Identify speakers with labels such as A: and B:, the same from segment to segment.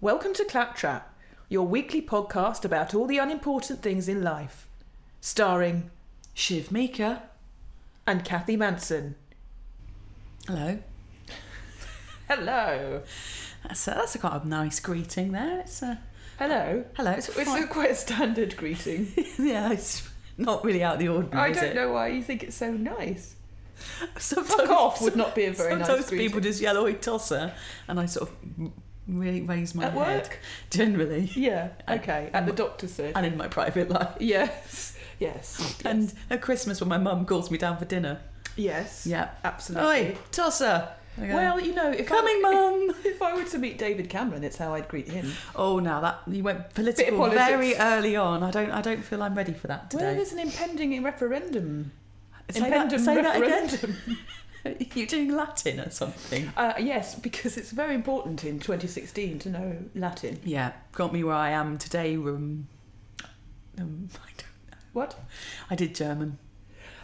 A: Welcome to Claptrap, your weekly podcast about all the unimportant things in life. Starring
B: Shiv Mika.
A: and Kathy Manson.
B: Hello.
A: Hello.
B: That's a, that's a quite a nice greeting there. It's a
A: Hello.
B: hello. It's a
A: It's a
B: fine-
A: quite a standard greeting.
B: yeah. It's not really out of the
A: I
B: ordinary. is
A: don't
B: it?
A: know why you think it's so nice.
B: Sometimes,
A: Fuck off would not be a very nice
B: sometimes people just yell "Oi, tosser," and I sort of really raise my
A: At
B: head.
A: work?
B: Generally,
A: Yeah, okay. At the doctor's surgery.
B: and in my private life.
A: Yes. Yes.
B: And at Christmas, when my mum calls me down for dinner,
A: Yes.
B: yeah,
A: Absolutely.
B: oi, tosser. I go,
A: Well, you know, if
B: coming,
A: I,
B: mum.
A: If I were to meet David Cameron, it's how I'd greet him.
B: Oh, now that you went political
A: politics.
B: very early on, I don't, I don't feel I'm ready for that
A: Well,
B: today.
A: there's an impending referendum.
B: say that,
A: impendum
B: say that again.
A: referendum.
B: You're doing Latin or something.
A: Uh, yes, because it's very important in 2016 to know Latin.
B: Yeah, got me where I am today. Um, um, I, don't,
A: What?
B: I did German.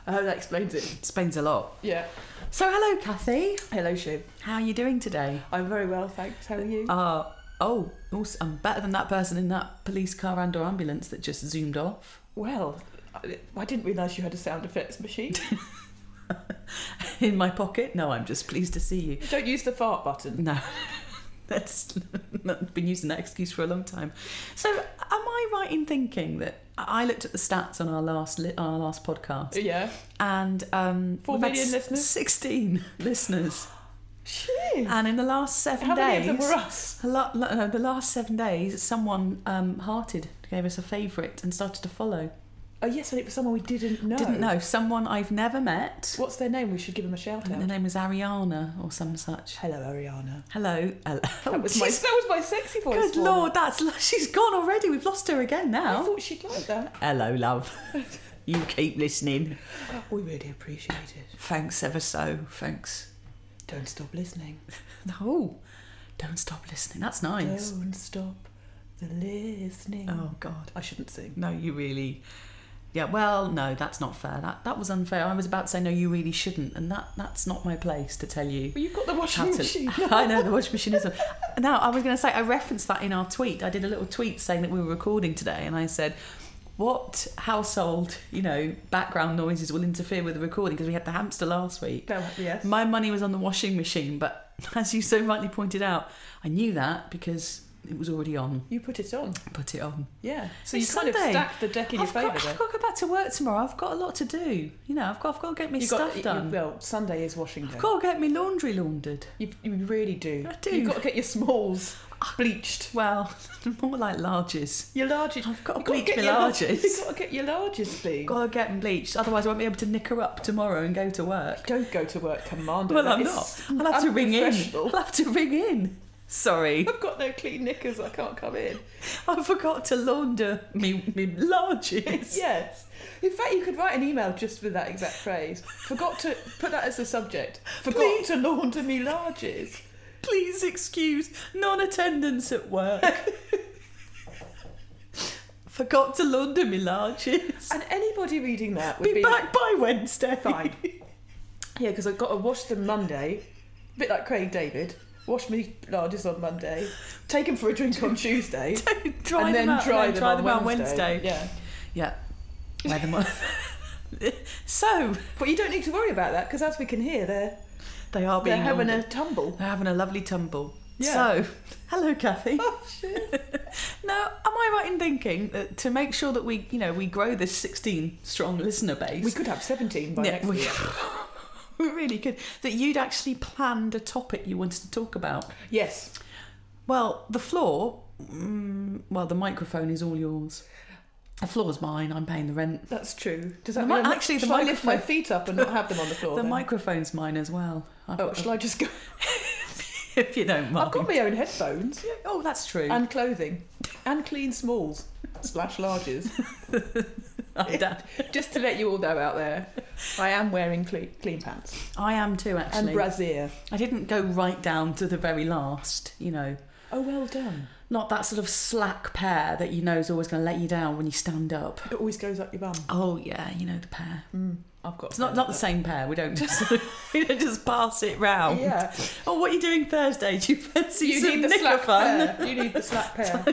A: Oh, that explains it.
B: Explains a lot.
A: Yeah.
B: So, hello, Kathy.
A: Hello, Shiv.
B: How are you doing today?
A: I'm very well, thanks. How are you?
B: Uh, oh, also, I'm better than that person in that police car and or ambulance that just zoomed off.
A: well, I I didn't realise you had a sound effects machine.
B: In my pocket? No, I'm just pleased to see you.
A: Don't use the fart button.
B: No, that's not been using that excuse for a long time. So, am I right in thinking that I looked at the stats on our last li- our last podcast
A: Yeah.
B: and um,
A: Four
B: we've had
A: million
B: s-
A: listeners?
B: sixteen listeners,
A: Shiv.
B: and in the last seven
A: How many
B: Uh, days,
A: of them were us?
B: a lot, lo- no, the last seven days, someone um, hearted gave us a favourite and started to follow.
A: Oh, yes, and it was someone we didn't know.
B: Didn't know someone I've never met.
A: What's their name? We should give them a shout
B: And
A: out.
B: Their name was Ariana or some such.
A: Hello, Ariana.
B: Hello, hello.
A: That was, my, that was my sexy voice.
B: Oh, Good
A: one.
B: lord, that's lo- she's gone already. We've lost her again
A: I
B: now.
A: thought she'd like that.
B: Hello, love. you keep listening.
A: We really appreciate it.
B: Thanks ever so. Thanks.
A: Don't stop listening.
B: No, don't stop listening. That's nice.
A: Don't stop the listening.
B: Oh God.
A: I shouldn't sing.
B: No, you really. Yeah. Well, no, that's not fair. That that was unfair. I was about to say no, you really shouldn't, and that that's not my place to tell you.
A: Well, you've got the washing
B: how to-
A: machine.
B: I know the washing machine is on. Now I was going to say I referenced that in our tweet. I did a little tweet saying that we were recording today, and I said, "What household, you know, background noises will interfere with the recording?" Because we had the hamster last week.
A: No, yes.
B: My money was on the washing machine, but as you so rightly pointed out, I knew that because it was already on.
A: you put it on.
B: I put it on.
A: Yeah. So
B: It's
A: you kind
B: Sunday.
A: of stacked the deck in
B: I've
A: your
B: got,
A: favour there.
B: I've got to go back to work tomorrow. I've got a lot to do. You know, I've got, I've got to get my
A: You
B: stuff
A: got, you-
B: done.
A: well, Sunday is washing day.
B: I've got to get my laundry laundered.
A: You, you really do.
B: I do.
A: You've got to get your smalls Ah, bleached.
B: Well, more like larges.
A: Your larges.
B: I've got
A: You've got
B: to
A: to
B: bleach
A: get
B: my
A: your
B: larges.
A: You've got to get your larges bleached.
B: Gotta get them bleached, otherwise I won't be able to knicker up tomorrow and go to work.
A: Don't go to work, Commander.
B: Well,
A: That
B: I'm
A: is
B: not. I'll have to ring in.
A: unprofessional.
B: I'll have to ring in. Sorry,
A: I've got no clean knickers. I can't come in.
B: I forgot to launder me, me larges.
A: Yes. In fact, you could write an email just with that exact phrase. Forgot to put that as the subject. Forgot
B: Please.
A: to launder me larges.
B: Please excuse non-attendance at work. forgot to launder me larges.
A: And anybody reading that would
B: Be,
A: be,
B: back by Wednesday.
A: fine. yeah, because I've got to wash them Monday. A bit like Craig David. Wash me larges on Monday. Take them for a drink on Tuesday.
B: dry
A: and
B: them
A: then
B: out,
A: dry,
B: then
A: them,
B: dry
A: on
B: them out
A: Wednesday.
B: Wednesday.
A: Yeah.
B: Yeah. Wear them on. so
A: But you don't need to worry about that because, as we can hear, they're,
B: they are being
A: they're having
B: laundered.
A: a tumble.
B: They're having a lovely tumble.
A: Yeah.
B: So, hello, Kathy.
A: Oh, shit.
B: Now, am I right in thinking that to make sure that we, you know, we grow this 16 strong listener base,
A: We could have 17 by
B: Yeah,
A: next
B: we-
A: week.
B: we really could, that you'd actually planned a topic you wanted to talk about?
A: Yes.
B: Well, the floor, mm, well, the microphone is all yours. The floor's mine. I'm paying the rent.
A: That's true. Does that
B: The
A: mean
B: mi-
A: I'm not-
B: actually, the
A: shall I lift my
B: microphone-
A: feet up and not have them on the floor?
B: The
A: Oh, then?
B: microphone's mine as well. I've
A: Oh,
B: got-
A: shall I just go?
B: if you don't mind.
A: I've got my own headphones
B: oh, that's true.
A: and clothing and clean smalls slash larges.
B: I'm down.
A: Just to let you all know out there, I am wearing clean, clean pants
B: I am too,
A: and
B: actually.
A: brassiere.
B: I didn't go right down to the very last, you know.
A: Oh, well done.
B: Not that sort of slack pair that you know is always going to let you down when you stand up.
A: It always goes up your bum. Mm,
B: Oh, yeah, you know the pair.
A: I've got.
B: It's not, not the same pair. We don't just we don't just pass it round.
A: Yeah,
B: Oh, what are you doing Thursday? Do you fancy
A: you
B: some
A: need the
B: knicker
A: slack
B: fun?
A: pair. You need the slack pair.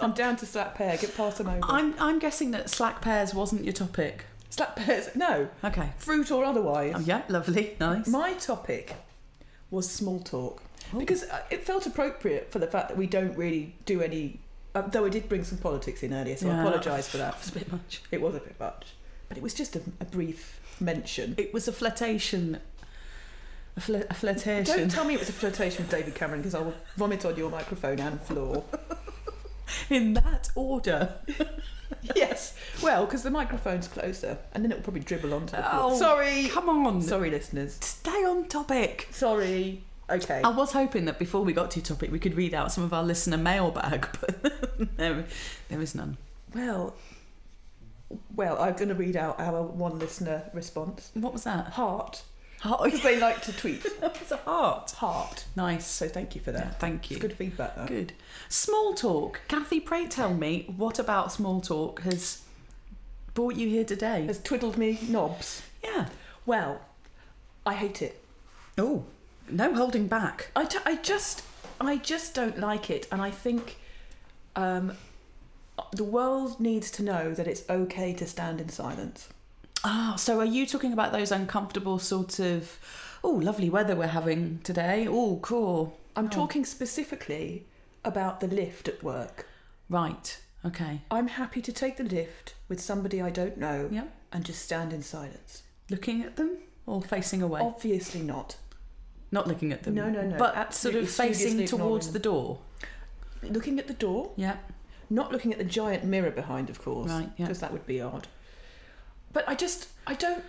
A: I'm down to slack pair. Get past them over.
B: I'm I'm guessing that slack pairs wasn't your topic.
A: slack pairs. No,
B: Okay.
A: fruit or otherwise.
B: Oh, yeah, lovely, nice.
A: My topic was small talk
B: Oh.
A: because uh, it felt appropriate for the fact that we don't really do any. Uh, though I did bring some politics in earlier, so I
B: Yeah.
A: apologise for that.
B: That was a bit much.
A: It was a bit much, but it was just a, a brief mention.
B: It was a flirtation. A, fl- a
A: Don't
B: flirtation.
A: tell me it was a flirtation with David Cameron because I will vomit on your microphone and floor.
B: In that order.
A: yes, well, because the microphone's closer, and then it will probably dribble onto the floor.
B: Oh,
A: sorry,
B: Come on.
A: sorry, listeners.
B: Stay on topic.
A: Sorry. Okay.
B: I was hoping that before we got to your topic, we could read out some of our listener mailbag, but there, there is none.
A: Well, well, I'm going to read out our one listener response.
B: What was that?
A: Heart.
B: Heart.
A: because they like to tweet.
B: It's a heart.
A: Heart.
B: Nice.
A: So thank you for
B: Yeah,
A: that.
B: thank you.
A: It's good feedback. That.
B: Good. Small talk. Kathy, pray tell me what about small talk has brought you here today?
A: Has twiddled me knobs.
B: Yeah.
A: Well, I hate it.
B: Oh, no holding back.
A: I, t- I just I just don't like it, and I think um, the world needs to know that it's okay to stand in silence.
B: Ah, so are you talking about those uncomfortable sort of, oh, lovely weather we're having today? Oh, cool.
A: I'm
B: Oh.
A: talking specifically about the lift at work.
B: Right. Okay.
A: I'm happy to take the lift with somebody I don't know
B: Yep.
A: and just stand in silence.
B: Looking at them or facing away?
A: Obviously not.
B: Not looking at them.
A: No, no, no,
B: But sort
A: absolutely
B: of facing
A: studiously
B: towards
A: ignoring
B: the door.
A: Looking at the door,
B: Yeah.
A: not looking at the giant mirror behind, of course.
B: Right. Yeah.
A: because that would be odd. But I just, I don't.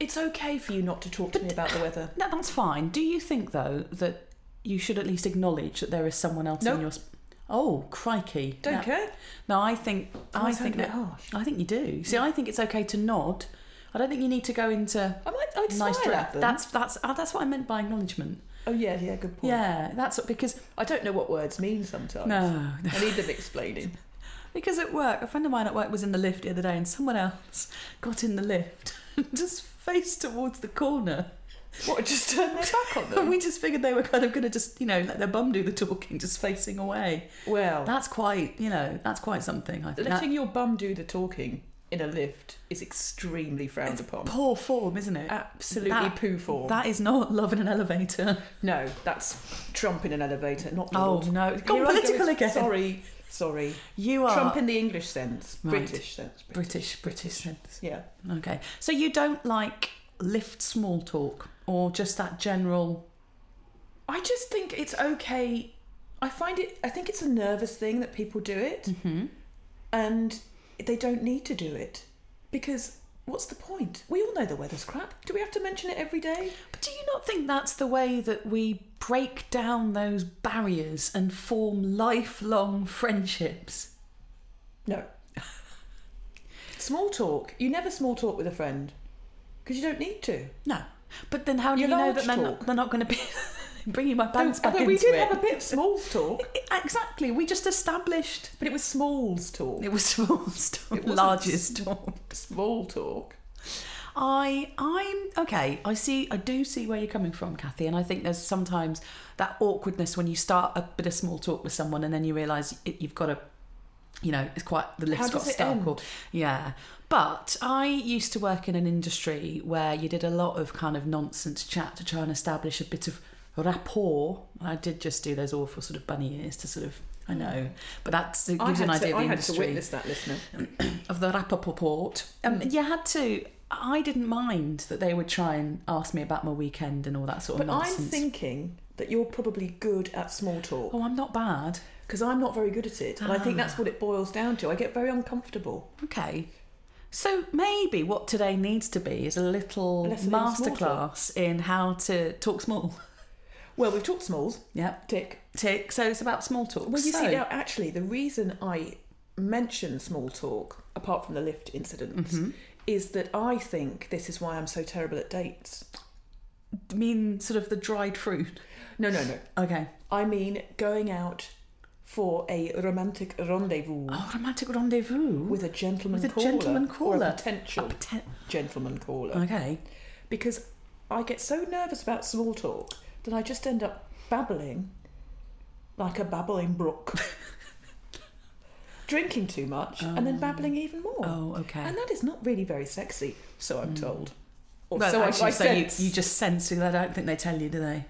A: It's okay for you not to talk to me about the weather.
B: No, that's fine. Do you think though that you should at least acknowledge that there is someone else
A: Nope.
B: in your? Sp- oh crikey!
A: Don't
B: no,
A: care.
B: No, I think I,
A: Always sound
B: think
A: a bit
B: that,
A: harsh.
B: I think you do. See, I think it's okay to nod. I don't think you need to go into
A: I might. I'd
B: nice.
A: smile
B: direct-
A: at them.
B: That's that's ah, that's what I meant by acknowledgement.
A: Oh yeah, yeah. Good point.
B: Yeah, that's what, because
A: I don't know what words mean sometimes.
B: no,
A: I need them explaining.
B: because at work, a friend of mine at work was in the lift the other day, and someone else got in the lift and just faced towards the corner.
A: What? Just turn their back on
B: And
A: them.
B: we just figured they were kind of going to just, you know, let their bum do the talking, just facing away.
A: Well,
B: That's quite, you know, that's quite something. I think
A: letting your bum do the talking in a lift is extremely frowned upon.
B: that poor form, isn't it?
A: Absolutely
B: that-
A: poo form.
B: That is not love in an elevator.
A: no, that's Trump in an elevator, not
B: Oh
A: Lord.
B: no, gone
A: Here I go
B: political
A: with-
B: again.
A: Sorry, sorry.
B: You are
A: Trump in the English sense,
B: Right.
A: British sense.
B: British, British sense.
A: Yeah.
B: Okay, so you don't like lift small talk or just that general.
A: I just think it's okay. I find it. I think it's a nervous thing that people do it,
B: Mm-hmm.
A: and they don't need to do it because what's the point? We all know the weather's crap. Do we have to mention it every day?
B: But do you not think that's the way that we break down those barriers and form lifelong friendships?
A: No. small talk. You never small talk with a friend because you don't need to.
B: No, but then how do
A: Your
B: you know
A: large
B: that they're
A: talk.
B: not, they're not going to be bringing my pants back
A: Although
B: into
A: we did
B: it?
A: have a bit of small talk,
B: Exactly. We just established
A: but it was smalls talk.
B: it was small storm,
A: It wasn't
B: largest storm.
A: Small talk.
B: I, I'm okay. I see. I do see where you're coming from, Kathy. And I think there's sometimes that awkwardness when you start a bit of small talk with someone and then you realise it- you've got to, you know, it's quite the lift's
A: How
B: got
A: does it
B: stuck.
A: end?
B: Or, yeah. But I used to work in an industry where you did a lot of kind of nonsense chat to try and establish a bit of rapport. And I did just do those awful sort of bunny ears to sort of. I know, but that's it
A: I
B: gives you
A: had,
B: an idea
A: to,
B: of the
A: I had to
B: industry
A: witness that, listener.
B: of the Rappaport. Um,
A: Hmm.
B: You had to. I didn't mind that they would try and ask me about my weekend and all that sort of
A: But
B: nonsense.
A: I'm thinking that you're probably good at small talk.
B: oh, I'm not bad.
A: because I'm not very good at it, and I think
B: Ah.
A: that's what it boils down to. I get very uncomfortable.
B: Okay. So maybe what today needs to be is a little
A: Lesson in small
B: masterclass in how to talk small.
A: Well, we've talked smalls,
B: Yep.
A: tick.
B: Tick. So it's about small talk.
A: Well, you
B: so,
A: see now, actually, the reason I mention small talk, apart from the lift incident,
B: Mm-hmm.
A: is that I think this is why I'm so terrible at dates.
B: I mean sort of the dried fruit.
A: No, no, no.
B: Okay.
A: I mean going out for a romantic rendezvous
B: Oh, romantic rendezvous
A: with a gentleman
B: With a
A: caller.
B: gentleman
A: Or
B: caller.
A: a potential gentleman caller.
B: okay.
A: because I get so nervous about small talk that I just end up babbling like a babbling brook. Drinking too much and then babbling even more.
B: Oh, okay.
A: And that is not really very sexy, so I'm told. Or
B: Hmm. well,
A: so I-
B: actually,
A: I
B: so you,
A: sense.
B: you just sense because I don't think they tell you, do they?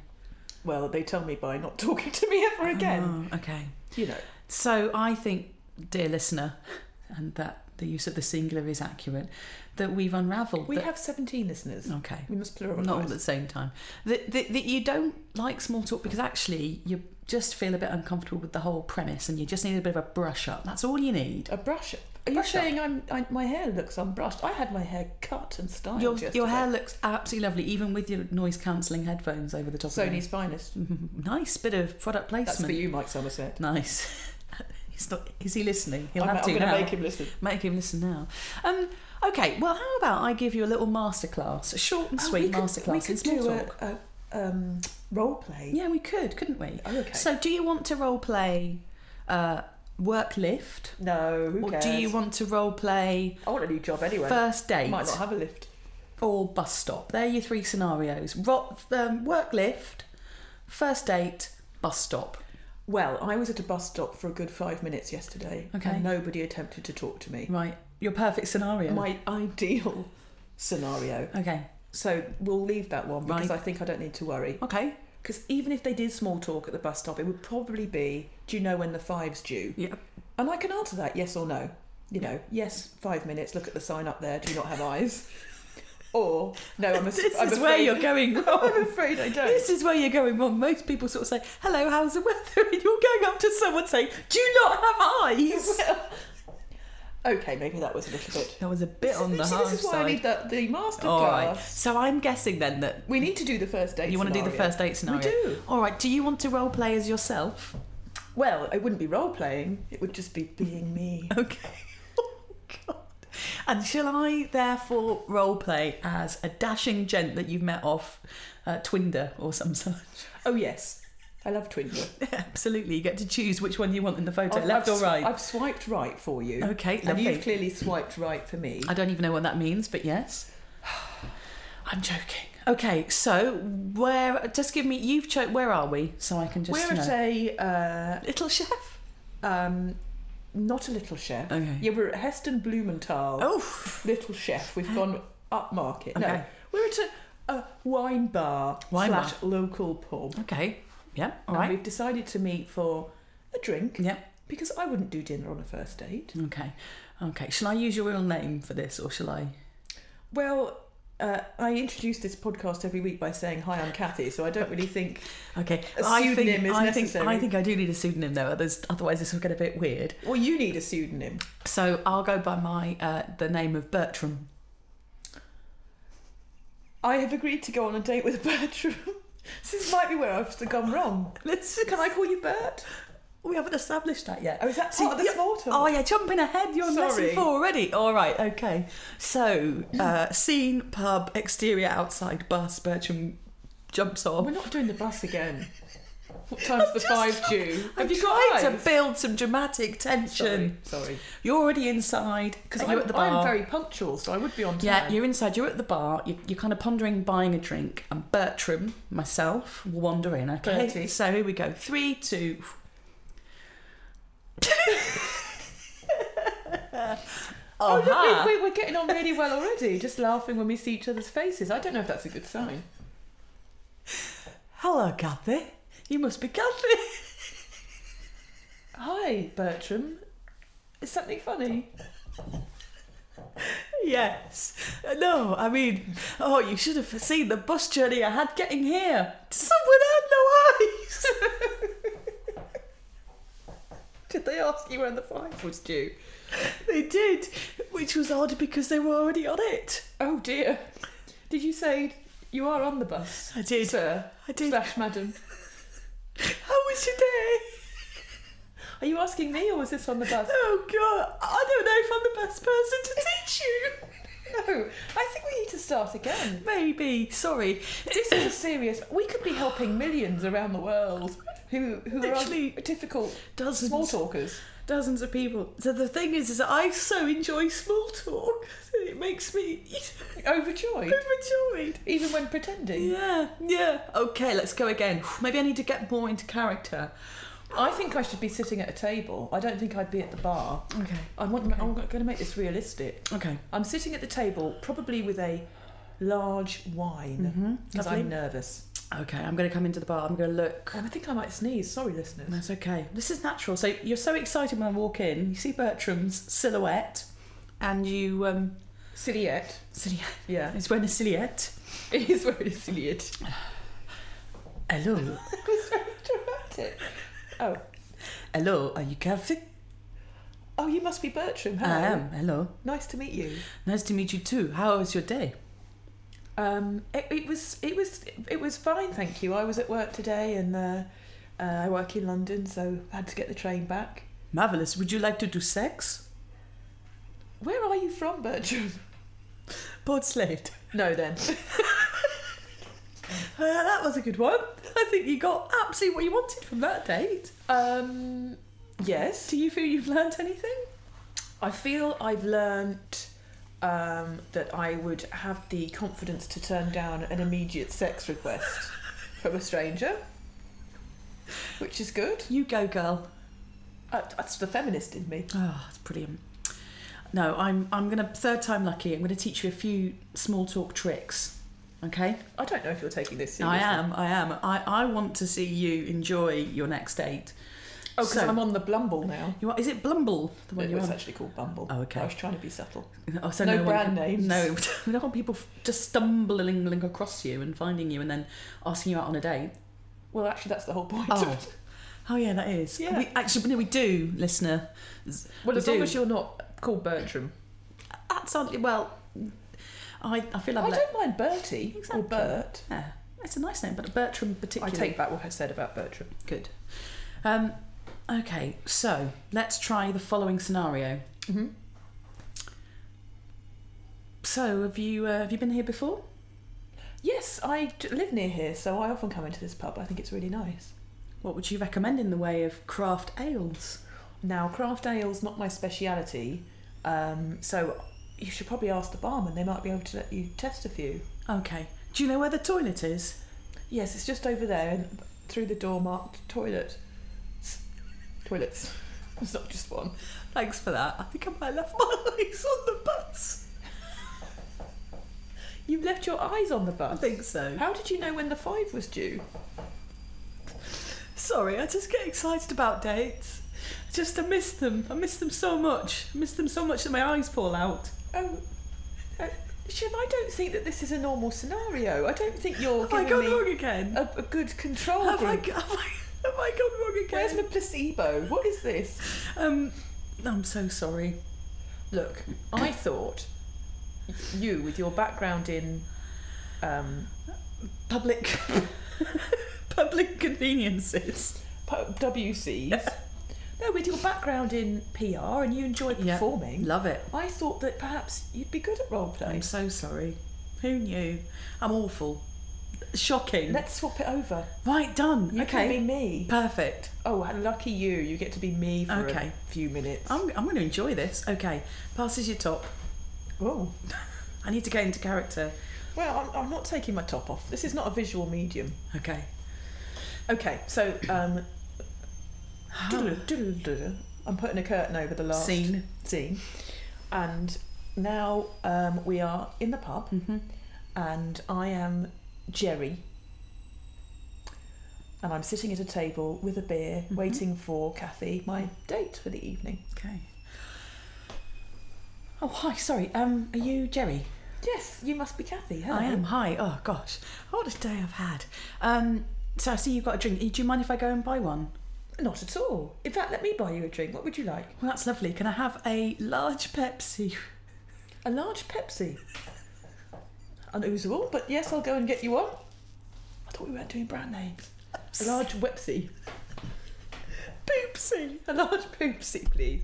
A: Well, they tell me by not talking to me ever again.
B: Oh, okay.
A: You know,
B: So I think, dear listener, and that the use of the singular is accurate, that we've unravelled.
A: we
B: that,
A: have 17 listeners.
B: okay.
A: We must
B: Not all at
A: pluralise.
B: the same time. That, that, that you don't like small talk because actually you just feel a bit uncomfortable with the whole premise and you just need a bit of a brush up. That's all you need.
A: A brush. Are you
B: brush up.
A: saying I'm, I, my hair looks unbrushed? I had my hair cut and styled
B: Your, your
A: yesterday.
B: hair looks absolutely lovely, even with your noise cancelling headphones over the top
A: Sony's
B: of
A: finest.
B: it. Nice bit of product placement.
A: That's for you, Mike Somerset.
B: Nice. He's not. Is he listening? He'll
A: I'm,
B: have to
A: going to
B: now.
A: make him listen.
B: Make him listen now. Um, okay. Well, how about I give you a little masterclass, a short and
A: Oh,
B: sweet
A: we could-
B: masterclass
A: we
B: in
A: could
B: small
A: do
B: talk.
A: A, a, um, role play.
B: Yeah, we could, couldn't we?
A: Oh, okay.
B: So, do you want to role play uh, work lift,
A: no, who
B: or
A: cares?
B: do you want to role play
A: I want a new job anyway.
B: first date
A: Might not have a lift.
B: or bus stop? They're your three scenarios: Ro- um, work lift, first date, bus stop.
A: Well, I was at a bus stop for a good five minutes yesterday,
B: Okay.
A: and nobody attempted to talk to me.
B: Right, your perfect scenario.
A: My ideal scenario.
B: okay.
A: So we'll leave that one because
B: Right.
A: I think I don't need to worry.
B: Okay.
A: Because even if they did small talk at the bus stop, it would probably be, "Do you know when the five's due?"
B: Yep.
A: And I can answer that yes or no. You know, yes, five minutes. Look at the sign up there. Do you not have eyes? Or no, I'm. A,
B: This
A: I'm
B: is
A: afraid,
B: where you're going
A: I'm
B: wrong.
A: afraid I don't.
B: This is where you're going wrong. Most people sort of say, "Hello, how's the weather?" and you're going up to someone saying, "Do you not have eyes?"
A: okay, maybe that was a little bit.
B: That was a bit on the
A: See,
B: harsh
A: this is why I need
B: side.
A: that the masterclass.
B: All right. So I'm guessing then that
A: We need to do the first date.
B: you want to do the
A: scenario.
B: first date scenario.
A: do.
B: All right. Do you want to role play as yourself?
A: Well, it wouldn't be role playing. It would just be being me.
B: Okay. Oh God. And shall I therefore role play as a dashing gent that you've met off uh, Twinder or some such?
A: Oh yes, I love Twinder.
B: Absolutely. You get to choose which one you want in the photo,
A: I've-
B: left
A: I've
B: or
A: sw-
B: right.
A: I've swiped right for you.
B: Okay,
A: and
B: lovely.
A: you've clearly swiped right for me.
B: I don't even know what that means, but yes. I'm joking. Okay, so where? Just give me. You've cho- Where are we? So I can just.
A: We're at
B: know.
A: a uh,
B: Little Chef.
A: um, not a little chef.
B: Okay.
A: Yeah, we're at Heston Blumenthal.
B: Oh,
A: Little chef. We've gone upmarket. No,
B: Okay.
A: we're at a, a wine bar
B: Wine
A: slash local pub.
B: okay. Yeah. All
A: And
B: right.
A: we've decided to meet for a drink
B: Yeah.
A: because I wouldn't do dinner on a first date.
B: Okay. Okay. Shall I use your real name for this, or shall I?
A: Well. Uh, I introduce this podcast every week by saying hi, I'm Kathy, so I don't really think
B: Okay.
A: A
B: I think,
A: pseudonym is
B: I
A: necessary.
B: Think, I think I do need a pseudonym though. Others, otherwise, this will get a bit weird.
A: Well, you need a pseudonym.
B: So I'll go by my uh, the name of Bertram.
A: I have agreed to go on a date with Bertram. this might be where I've gone wrong.
B: Let's.
A: Can I call you Bert?
B: We haven't established that yet.
A: Oh, is that
B: See,
A: part of the
B: yeah-
A: small talk?
B: Oh yeah, jumping ahead. You're on
A: Sorry.
B: lesson four already. All right, okay. So, uh, scene, pub, exterior, outside, bus. Bertram jumps
A: We're
B: off.
A: not doing the bus again. What time's the five due?
B: I'm
A: Have you
B: trying
A: got
B: to
A: eyes?
B: build some dramatic tension.
A: Sorry, sorry.
B: You're already inside because
A: Because
B: you're at the bar.
A: I'm very punctual, so I would be on time.
B: yeah, you're inside. You're at the bar. You're, you're kind of pondering buying a drink, and Bertram, myself, will wander in. Okay,
A: Bertie.
B: so here we go. Three, two.
A: Oh,
B: oh,
A: look, we-
B: hi.
A: we, we're getting on really well already. Just laughing when we see each other's faces. I don't know if that's a good sign.
B: hello, Kathy. You must be Kathy.
A: Hi, Bertram. Is something funny?
B: Yes. No, I mean, oh, you should have seen the bus journey I had getting here. Someone had no eyes.
A: Did they ask you when the five was due?
B: they did, which was odd because they were already on it.
A: Oh dear. Did you say you are on the bus?
B: I did.
A: Sir.
B: I did.
A: Slash madam.
B: How was your day?
A: Are you asking me or was this on the bus?
B: Oh God, I don't know if I'm the best person to teach you.
A: No. I think we need to start again.
B: Maybe. Sorry.
A: This is a serious. We could be helping millions around the world who who
B: Literally.
A: are typical
B: Dozens.
A: small talkers.
B: dozens of people. So the thing is, is that I so enjoy small talk. It makes me
A: Overjoyed,
B: overjoyed.
A: even when pretending.
B: Yeah, yeah. Okay, let's go again. Maybe I need to get more into character.
A: I think I should be sitting at a table. I don't think I'd be at the bar.
B: Okay,
A: I want. I'm going to make this realistic.
B: okay.
A: I'm sitting at the table, probably with a large wine because I'm nervous.
B: Okay, I'm going to come into the bar. I'm going to look.
A: And Oh, I think I might sneeze. Sorry, listeners.
B: That's okay. This is natural. So you're so excited when I walk in. You see Bertram's silhouette, and you um,
A: Silhouette.
B: silhouette.
A: Yeah,
B: He's wearing a silhouette.
A: it is very silhouette.
B: Hello,
A: It was very dramatic. Oh,
B: hello. Are you Kevin?
A: oh, you must be Bertram. Hello.
B: I am. Hello.
A: Nice to meet you.
B: Nice to meet you too. How was your day?
A: Um, it, it was it was it was fine, thank you. I was at work today, and uh, uh, I work in London, so I had to get the train back.
B: Marvelous. Would you like to do sex?
A: Where are you from, Bertram?
B: Port Slade.
A: No, then.
B: Uh, that was a good one. I think you got absolutely what you wanted from that date.
A: Um, yes.
B: Do you feel you've learnt anything?
A: I feel I've learnt um, that I would have the confidence to turn down an immediate sex request from a stranger, which is good.
B: You go, girl.
A: Uh, that's the feminist in me.
B: Oh, that's brilliant. No, I'm. I'm gonna third time lucky. I'm gonna teach you a few small talk tricks. Okay.
A: I don't know if you're taking this seriously.
B: I am. I am. I. I want to see you enjoy your next date.
A: Oh, because
B: So-
A: I'm on the Blumble now.
B: You are, is it Blumble? The one
A: It
B: you're
A: was
B: on.
A: actually called Bumble.
B: Oh, okay.
A: I was trying to be subtle.
B: Oh, so
A: No
B: one
A: brand
B: can-
A: names.
B: No, we don't want people f- just stumbling across you and finding you and then asking you out on a date.
A: Well, actually, that's the whole point. of
B: Oh,
A: it.
B: oh yeah, that is.
A: Yeah.
B: We, actually, no, we do, listener.
A: well,
B: we
A: as long
B: do.
A: as you're not called Bertram.
B: That's hardly, well, I, I feel
A: I
B: I've let.
A: don't mind Bertie
B: Exactly.
A: or Bert.
B: Yeah, it's a nice name, but Bertram
A: I
B: particularly.
A: take back what I said about Bertram.
B: Good. Um, okay, so let's try the following scenario.
A: Mhm.
B: So, have you uh, have you been here before?
A: Yes, I d- live near here, so I often come into this pub. I think it's really nice.
B: What would you recommend in the way of craft ales?
A: Now, craft ale's not my speciality, um, so you should probably ask the barman. They might be able to let you test a few.
B: Okay. Do you know where the toilet is?
A: Yes, it's just over there and through the door marked toilet. Toilets. It's not just one.
B: Thanks for that. I think I might have left my eyes on the bus.
A: You left your eyes on the
B: I
A: bus.
B: think so.
A: How did you know when the five was due?
B: Sorry, I just get excited about dates. Just I miss them. I miss them so much. I miss them so much that my eyes fall out.
A: Oh, uh, Shem, I don't think that this is a normal scenario. I don't think you're
B: Have I
A: giving
B: gone
A: me
B: wrong again?
A: a, a good control
B: Have I,
A: group.
B: g- have, I, have I gone wrong
A: Where's
B: again?
A: the placebo? What is this?
B: Um, I'm so sorry.
A: Look, I thought you, with your background in, um,
B: Public, public conveniences.
A: po- WCs, no, with your background in PR and you enjoy
B: Yeah.
A: performing,
B: Love it.
A: I thought that perhaps you'd be good at role
B: I'm
A: play.
B: so sorry. Who knew? I'm awful. Shocking.
A: Let's swap it over.
B: right, done.
A: You
B: okay.
A: can be me.
B: Perfect.
A: Oh, and lucky you, you get to be me for
B: Okay.
A: a few minutes.
B: I'm, I'm going to enjoy this. Okay. Passes your top.
A: oh.
B: I need to get into character.
A: Well, I'm, I'm not taking my top off. This is not a visual medium.
B: Okay.
A: Okay, so um, doodle-doo, doodle-doo. I'm putting a curtain over the last
B: Scene.
A: scene, and now um, we are in the pub,
B: Mm-hmm.
A: and I am Jerry, and I'm sitting at a table with a beer,
B: Mm-hmm.
A: waiting for Kathy, my date for the evening.
B: Okay. Oh, hi. Sorry. Um, are you Jerry?
A: Yes, you must be Kathy. Hello.
B: I am. Hi. Oh gosh, what a day I've had. Um, so I see you've got a drink. Do you mind if I go and buy one?
A: Not at all. In fact, let me buy you a drink. What would you like?
B: Well, that's lovely. Can I have a large Pepsi?
A: A large Pepsi. Unusual, but yes, I'll go and get you one. I thought we weren't doing brand names. A large Wepsi.
B: Poopsie.
A: A large Poopsie, please.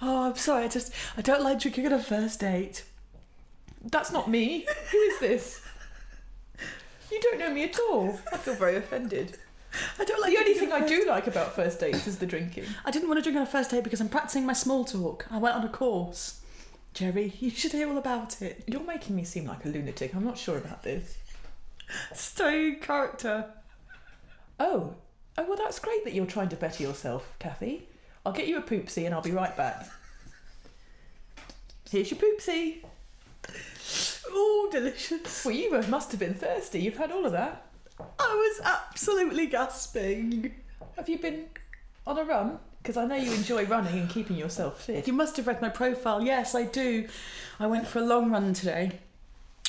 B: Oh, I'm sorry. I just I don't like drinking on a first date.
A: That's not me. Who is this? You don't know me at all. I feel very offended.
B: I don't like
A: the only
B: drinking
A: thing
B: on
A: I
B: a
A: do like about first dates is the drinking.
B: first- I didn't want to drink on a first date because I'm practicing my small talk. I went on a course. Jerry, you should hear all about it.
A: You're making me seem like a lunatic. I'm not sure about this.
B: So character.
A: Oh, oh well, that's great that you're trying to better yourself, Kathy. I'll get you a poopsie and I'll be right back. Here's your poopsie.
B: Oh, delicious.
A: Well, you were- must have been thirsty. You've had all of that.
B: I was absolutely gasping.
A: Have you been on a run? Because I know you enjoy running and keeping yourself fit.
B: You must have read my profile. Yes, I do. I went for a long run today,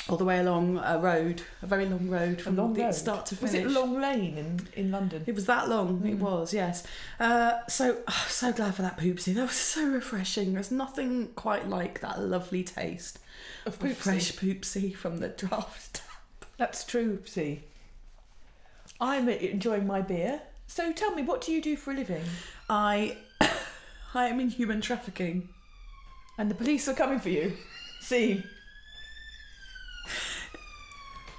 B: all the way along a road, a very long road
A: A
B: from
A: long
B: the
A: road.
B: start to
A: Was
B: finish.
A: it Long Lane in, in London?
B: It was that long. It
A: Mm.
B: was, yes. Uh, so oh, so glad for that poopsie. That was so refreshing. There's nothing quite like that lovely taste
A: Of
B: of
A: poopsie.
B: fresh poopsie from the draft.
A: That's true, see. I'm enjoying my beer. So tell me, what do you do for a living?
B: I I am in human trafficking.
A: And the police are coming for you. See.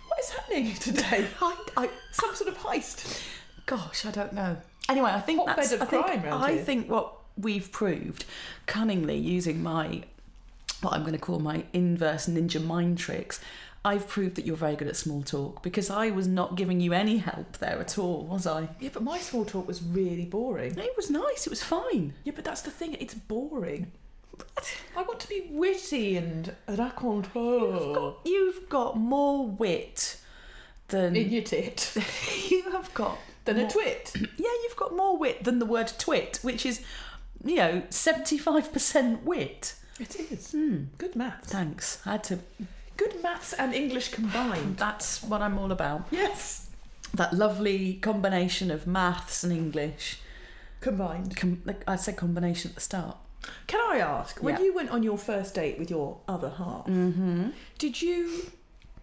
A: What is happening today?
B: I, I
A: Some sort of heist.
B: gosh, I don't know. Anyway, I think
A: Hotbed
B: that's
A: of
B: I think,
A: crime round
B: I
A: here.
B: think what we've proved cunningly using my what I'm going to call my inverse ninja mind tricks. I've proved that you're very good at small talk because I was not giving you any help there at all, was I?
A: Yeah, but my small talk was really boring.
B: It was nice. It was fine.
A: Yeah, but that's the thing, it's boring. I want to be witty and raconteur.
B: You've got more wit than
A: In your tit.
B: you have got.
A: Then a
B: more-
A: twit.
B: Yeah, you've got more wit than the word twit, which is, you know, seventy-five percent wit.
A: It is.
B: Hmm.
A: Good maths.
B: Thanks. I had to.
A: Good maths and English combined.
B: That's what I'm all about.
A: Yes.
B: That lovely combination of maths and English.
A: Combined.
B: Com- like I said combination at the start.
A: Can I ask, when
B: Yeah.
A: you went on your first date with your other half,
B: Mm-hmm.
A: did you?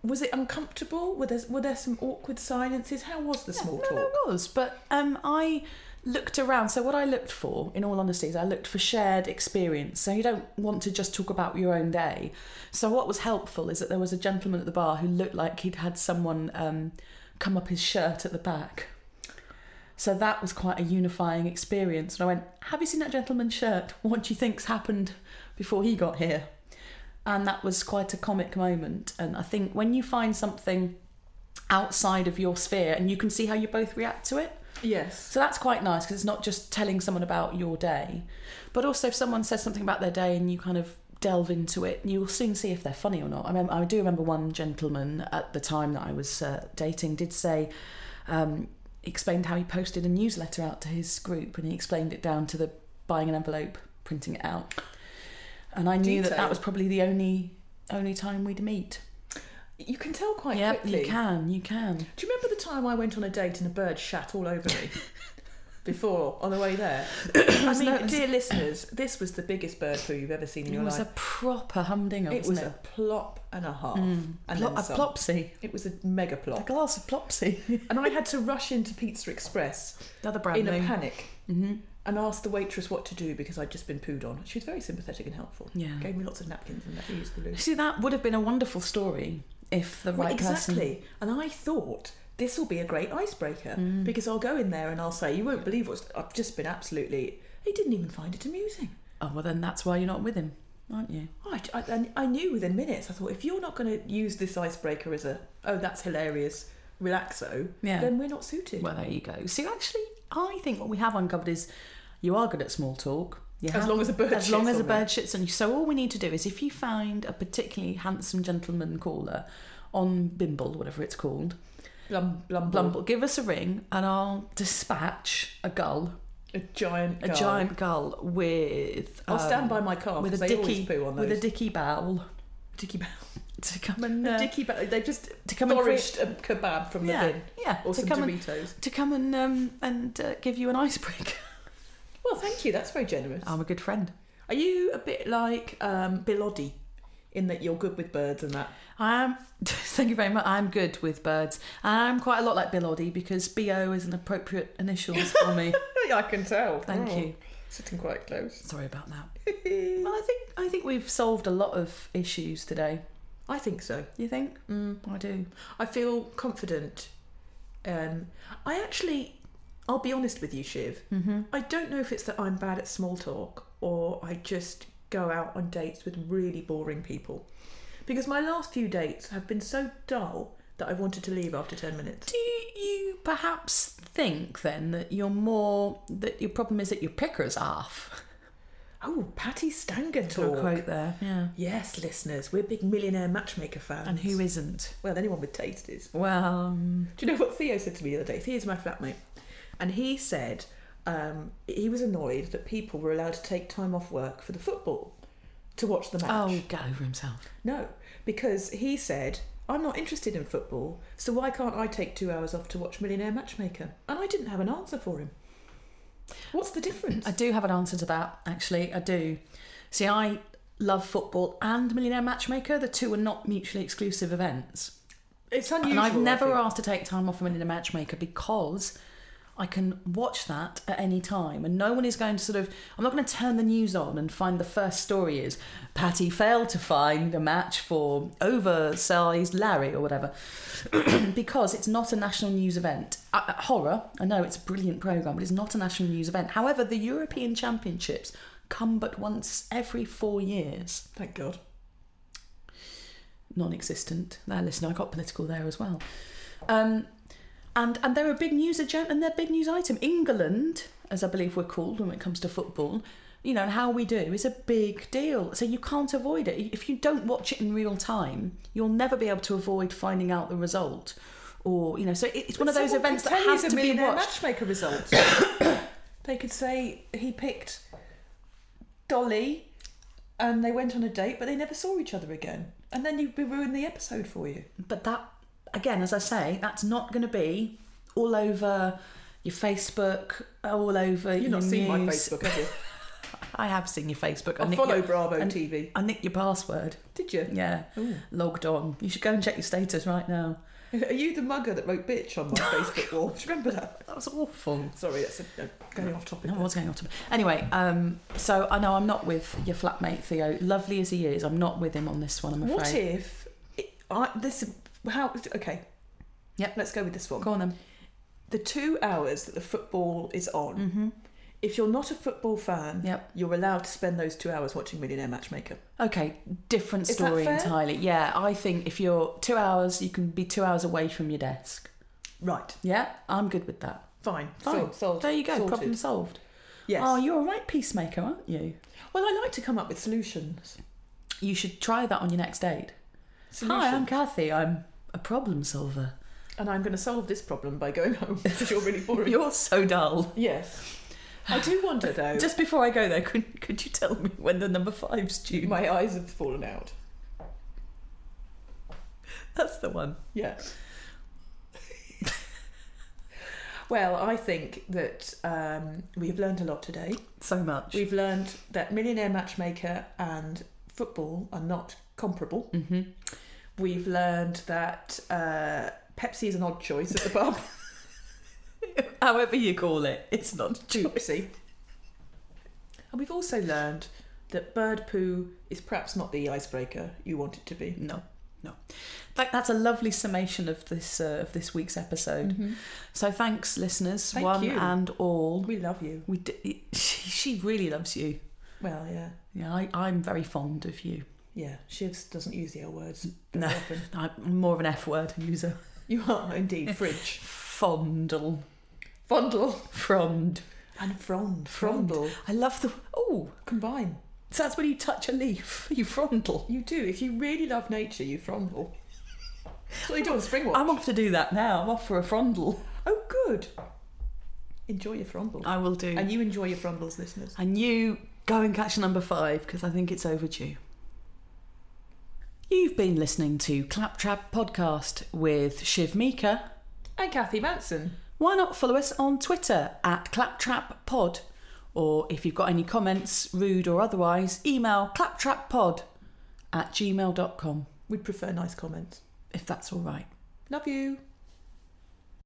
A: Was it uncomfortable? Were there were there some awkward silences? How was the small
B: no,
A: talk?
B: there was. But um, I looked around. So what I looked for, in all honesty, is I looked for shared experience. So you don't want to just talk about your own day. So what was helpful is that there was a gentleman at the bar who looked like he'd had someone um, come up his shirt at the back. So that was quite a unifying experience. And I went, "Have you seen that gentleman's shirt? What do you think's happened before he got here?" And that was quite a comic moment. And I think when you find something outside of your sphere and you can see how you both react to it.
A: Yes.
B: So that's quite nice because it's not just telling someone about your day, but also if someone says something about their day and you kind of delve into it, you'll soon see if they're funny or not. I remember, I do remember one gentleman at the time that I was uh, dating did say, um, explained how he posted a newsletter out to his group and he explained it down to the buying an envelope, printing it out. And I knew that
A: Detail.
B: that was probably the only only time we'd meet.
A: You can tell quite
B: Yeah,
A: quickly.
B: you can, you can.
A: Do you remember the time I went on a date and a bird shat all over me? Before on the way there, I
B: It's
A: mean,
B: not-
A: dear listeners, this was the biggest bird poo you've ever seen in your
B: it was
A: life.
B: a proper humdinger.
A: it was
B: wasn't
A: a plop and a half,
B: Mm.
A: and
B: Plop-
A: then
B: a
A: some.
B: plopsy,
A: It was a mega
B: a
A: plop,
B: glass of plopsy.
A: and I had to rush into Pizza Express
B: Another brand
A: in a
B: name.
A: panic.
B: hmm
A: and asked the waitress what to do because I'd just been pooed on. She was very sympathetic and helpful.
B: Yeah.
A: Gave me lots of napkins and let me use the loo.
B: See, that would have been a wonderful story if the
A: Well,
B: right person.
A: exactly. And I thought this will be a great icebreaker
B: Mm.
A: because I'll go in there and I'll say, "You won't believe what I've just been." Absolutely, he didn't even find it amusing.
B: Oh well, then that's why you're not with him, aren't you?
A: I, I, and I knew within minutes. I thought if you're not going to use this icebreaker as a oh that's hilarious relaxo,
B: Yeah.
A: then we're not suited.
B: Well, there you go. See, actually, I think what we have uncovered is you are good at small talk. You
A: as
B: have-
A: long as a bird.
B: as long
A: shits
B: as a
A: on me.
B: bird shits on you. So all we need to do is if you find a particularly handsome gentleman caller on Bimble, whatever it's called,
A: Blum, blum, blum,
B: Blumble, give us a ring and I'll dispatch a gull
A: a giant,
B: a
A: gull.
B: giant gull with.
A: I'll stand
B: um,
A: by my car
B: with a
A: because they always
B: dicky
A: poo on those.
B: with a dicky bowl
A: dicky bag.
B: to come and
A: A
B: uh,
A: dicky bag. They just
B: to come and create,
A: flourished a kebab from the
B: yeah
A: bin
B: yeah
A: or
B: to
A: some
B: come and,
A: Doritos.
B: to come and um, and uh, give you an icebreaker.
A: Well, thank you. That's very generous.
B: I'm a good friend.
A: Are you a bit like um, Bill Oddie in that you're good with birds and that?
B: I am. Thank you very much. I'm good with birds. I'm quite a lot like Bill Oddie because BO is an appropriate initials for me.
A: I can tell.
B: Thank you.
A: Oh. Sitting quite close.
B: Sorry about that. Well, I think I think we've solved a lot of issues today.
A: I think so.
B: You think?
A: Mm.
B: I do.
A: I feel confident. Um, I actually I'll be honest with you, Shiv.
B: Mm-hmm.
A: I don't know if it's that I'm bad at small talk or I just go out on dates with really boring people. Because my last few dates have been so dull that I wanted to leave after 10 minutes.
B: Do you perhaps think then that you're more that your problem is that your picker's off?
A: Oh, Patty Stanger
B: To
A: talk.
B: a quote there, yeah.
A: Yes, listeners, we're big millionaire matchmaker fans.
B: And who isn't?
A: Well, anyone with taste is.
B: Well, um,
A: Do you know what Theo said to me the other day? Theo's my flatmate. And he said um, he was annoyed that people were allowed to take time off work for the football to watch the match.
B: oh, get over himself.
A: No, because he said, I'm not interested in football, so why can't I take two hours off to watch Millionaire Matchmaker? And I didn't have an answer for him. What's the difference?
B: I do have an answer to that, actually. I do. See, I love football and Millionaire Matchmaker. The two are not mutually exclusive events.
A: It's unusual.
B: and I've never
A: I
B: asked to take time off from Millionaire Matchmaker because I can watch that at any time. And no one is going to sort of, I'm not going to turn the news on and find the first story is Patty failed to find a match for oversized Larry or whatever because it's not a national news event. Uh, uh, horror, I know it's a brilliant programme, but it's not a national news event. However, the European Championships come but once every four years
A: think. Thank God.
B: non-existent. There, listen, I got political there as well. Um, and and they're a big news agenda, and they're a big news item. England, as I believe we're called when it comes to football, you know, and how we do is a big deal. So you can't avoid it. If you don't watch it in real time, you'll never be able to avoid finding out the result. Or you know, so it- it's one of those
A: Someone
B: events
A: could
B: that
A: tell you
B: has
A: the
B: to be
A: Millionaire
B: watched.
A: Matchmaker result. they could say he picked Dolly and they went on a date, but they never saw each other again. And then you'd be ruined the episode for you.
B: but that again as i say that's not going to be all over your facebook all over
A: You've
B: your
A: not seen my
B: news.
A: Facebook, have you?
B: i have seen your facebook
A: I
B: nicked
A: follow
B: your,
A: Bravo
B: and-
A: TV.
B: I nicked your password
A: Did you?
B: yeah
A: Ooh.
B: logged on you should go and check your status right now
A: Are you the mugger that wrote bitch on my Facebook wall? Do you remember that?
B: that was awful
A: Sorry, that's a, no, going off topic.
B: no, what's going on? To anyway, um, so I know I'm not with your flatmate Theo. Lovely as he is, I'm not with him on this one. I'm afraid.
A: what if it, I, this? How? Okay.
B: Yep.
A: Let's go with this one.
B: Go on then.
A: The two hours that the football is on. If you're not a football fan,
B: Yep.
A: you're allowed to spend those two hours watching Millionaire Matchmaker.
B: Okay, different
A: Is that
B: story
A: fair?
B: entirely. Yeah, I think if you're two hours, you can be two hours away from your desk.
A: Right.
B: Yeah, I'm good with that.
A: Fine.
B: Fine.
A: Sol- sol-
B: there you go.
A: Sorted.
B: Problem solved.
A: Yes.
B: Oh, you're a right peacemaker, aren't you?
A: well, I like to come up with solutions.
B: You should try that on your next date.
A: solutions.
B: Hi, I'm Kathy. I'm a problem solver.
A: and I'm going to solve this problem by going home because you're really boring.
B: You're so dull.
A: yes. I do wonder though.
B: Just before I go there, could could you tell me when the number five's due?
A: my eyes have fallen out.
B: That's the one.
A: Yeah. well, I think that um, we've learned a lot today.
B: So much.
A: We've learned that Millionaire Matchmaker and football are not comparable.
B: hmm
A: We've learned that uh, Pepsi is an odd choice at the pub.
B: However you call it, it's not a choice.
A: Oopsie. And we've also learned that bird poo is perhaps not the icebreaker you want it to be.
B: No, no. That, that's a lovely summation of this uh, of this week's episode. So thanks, listeners,
A: Thank
B: one
A: you.
B: and all.
A: We love you.
B: We d- she, she really loves you.
A: Well, yeah.
B: Yeah, I, I'm very fond of you.
A: Yeah, Shivs doesn't use the L words very
B: No.
A: often.
B: I'm more of an F word user.
A: You are indeed fridge.
B: Fondle,
A: Fondle
B: frond.
A: and frond.
B: Frond.
A: Frondle.
B: I love the oh.
A: Combine.
B: So that's when you touch a leaf. You frondle.
A: You do. If you really love nature, you frondle. That's what you do on spring walk.
B: I'm off to do that now. I'm off for a frondle.
A: oh, good. Enjoy your frondle.
B: I will do.
A: and you enjoy your frondles, listeners.
B: And you go and catch number five because I think it's overdue. You've been listening to Claptrap Podcast with Shiv Mika.
A: And Kathy Manson.
B: Why not follow us on Twitter at Claptrap Pod? Or if you've got any comments, rude or otherwise, email claptrappod at gmail.com
A: We'd prefer nice comments.
B: if that's all right.
A: Love you.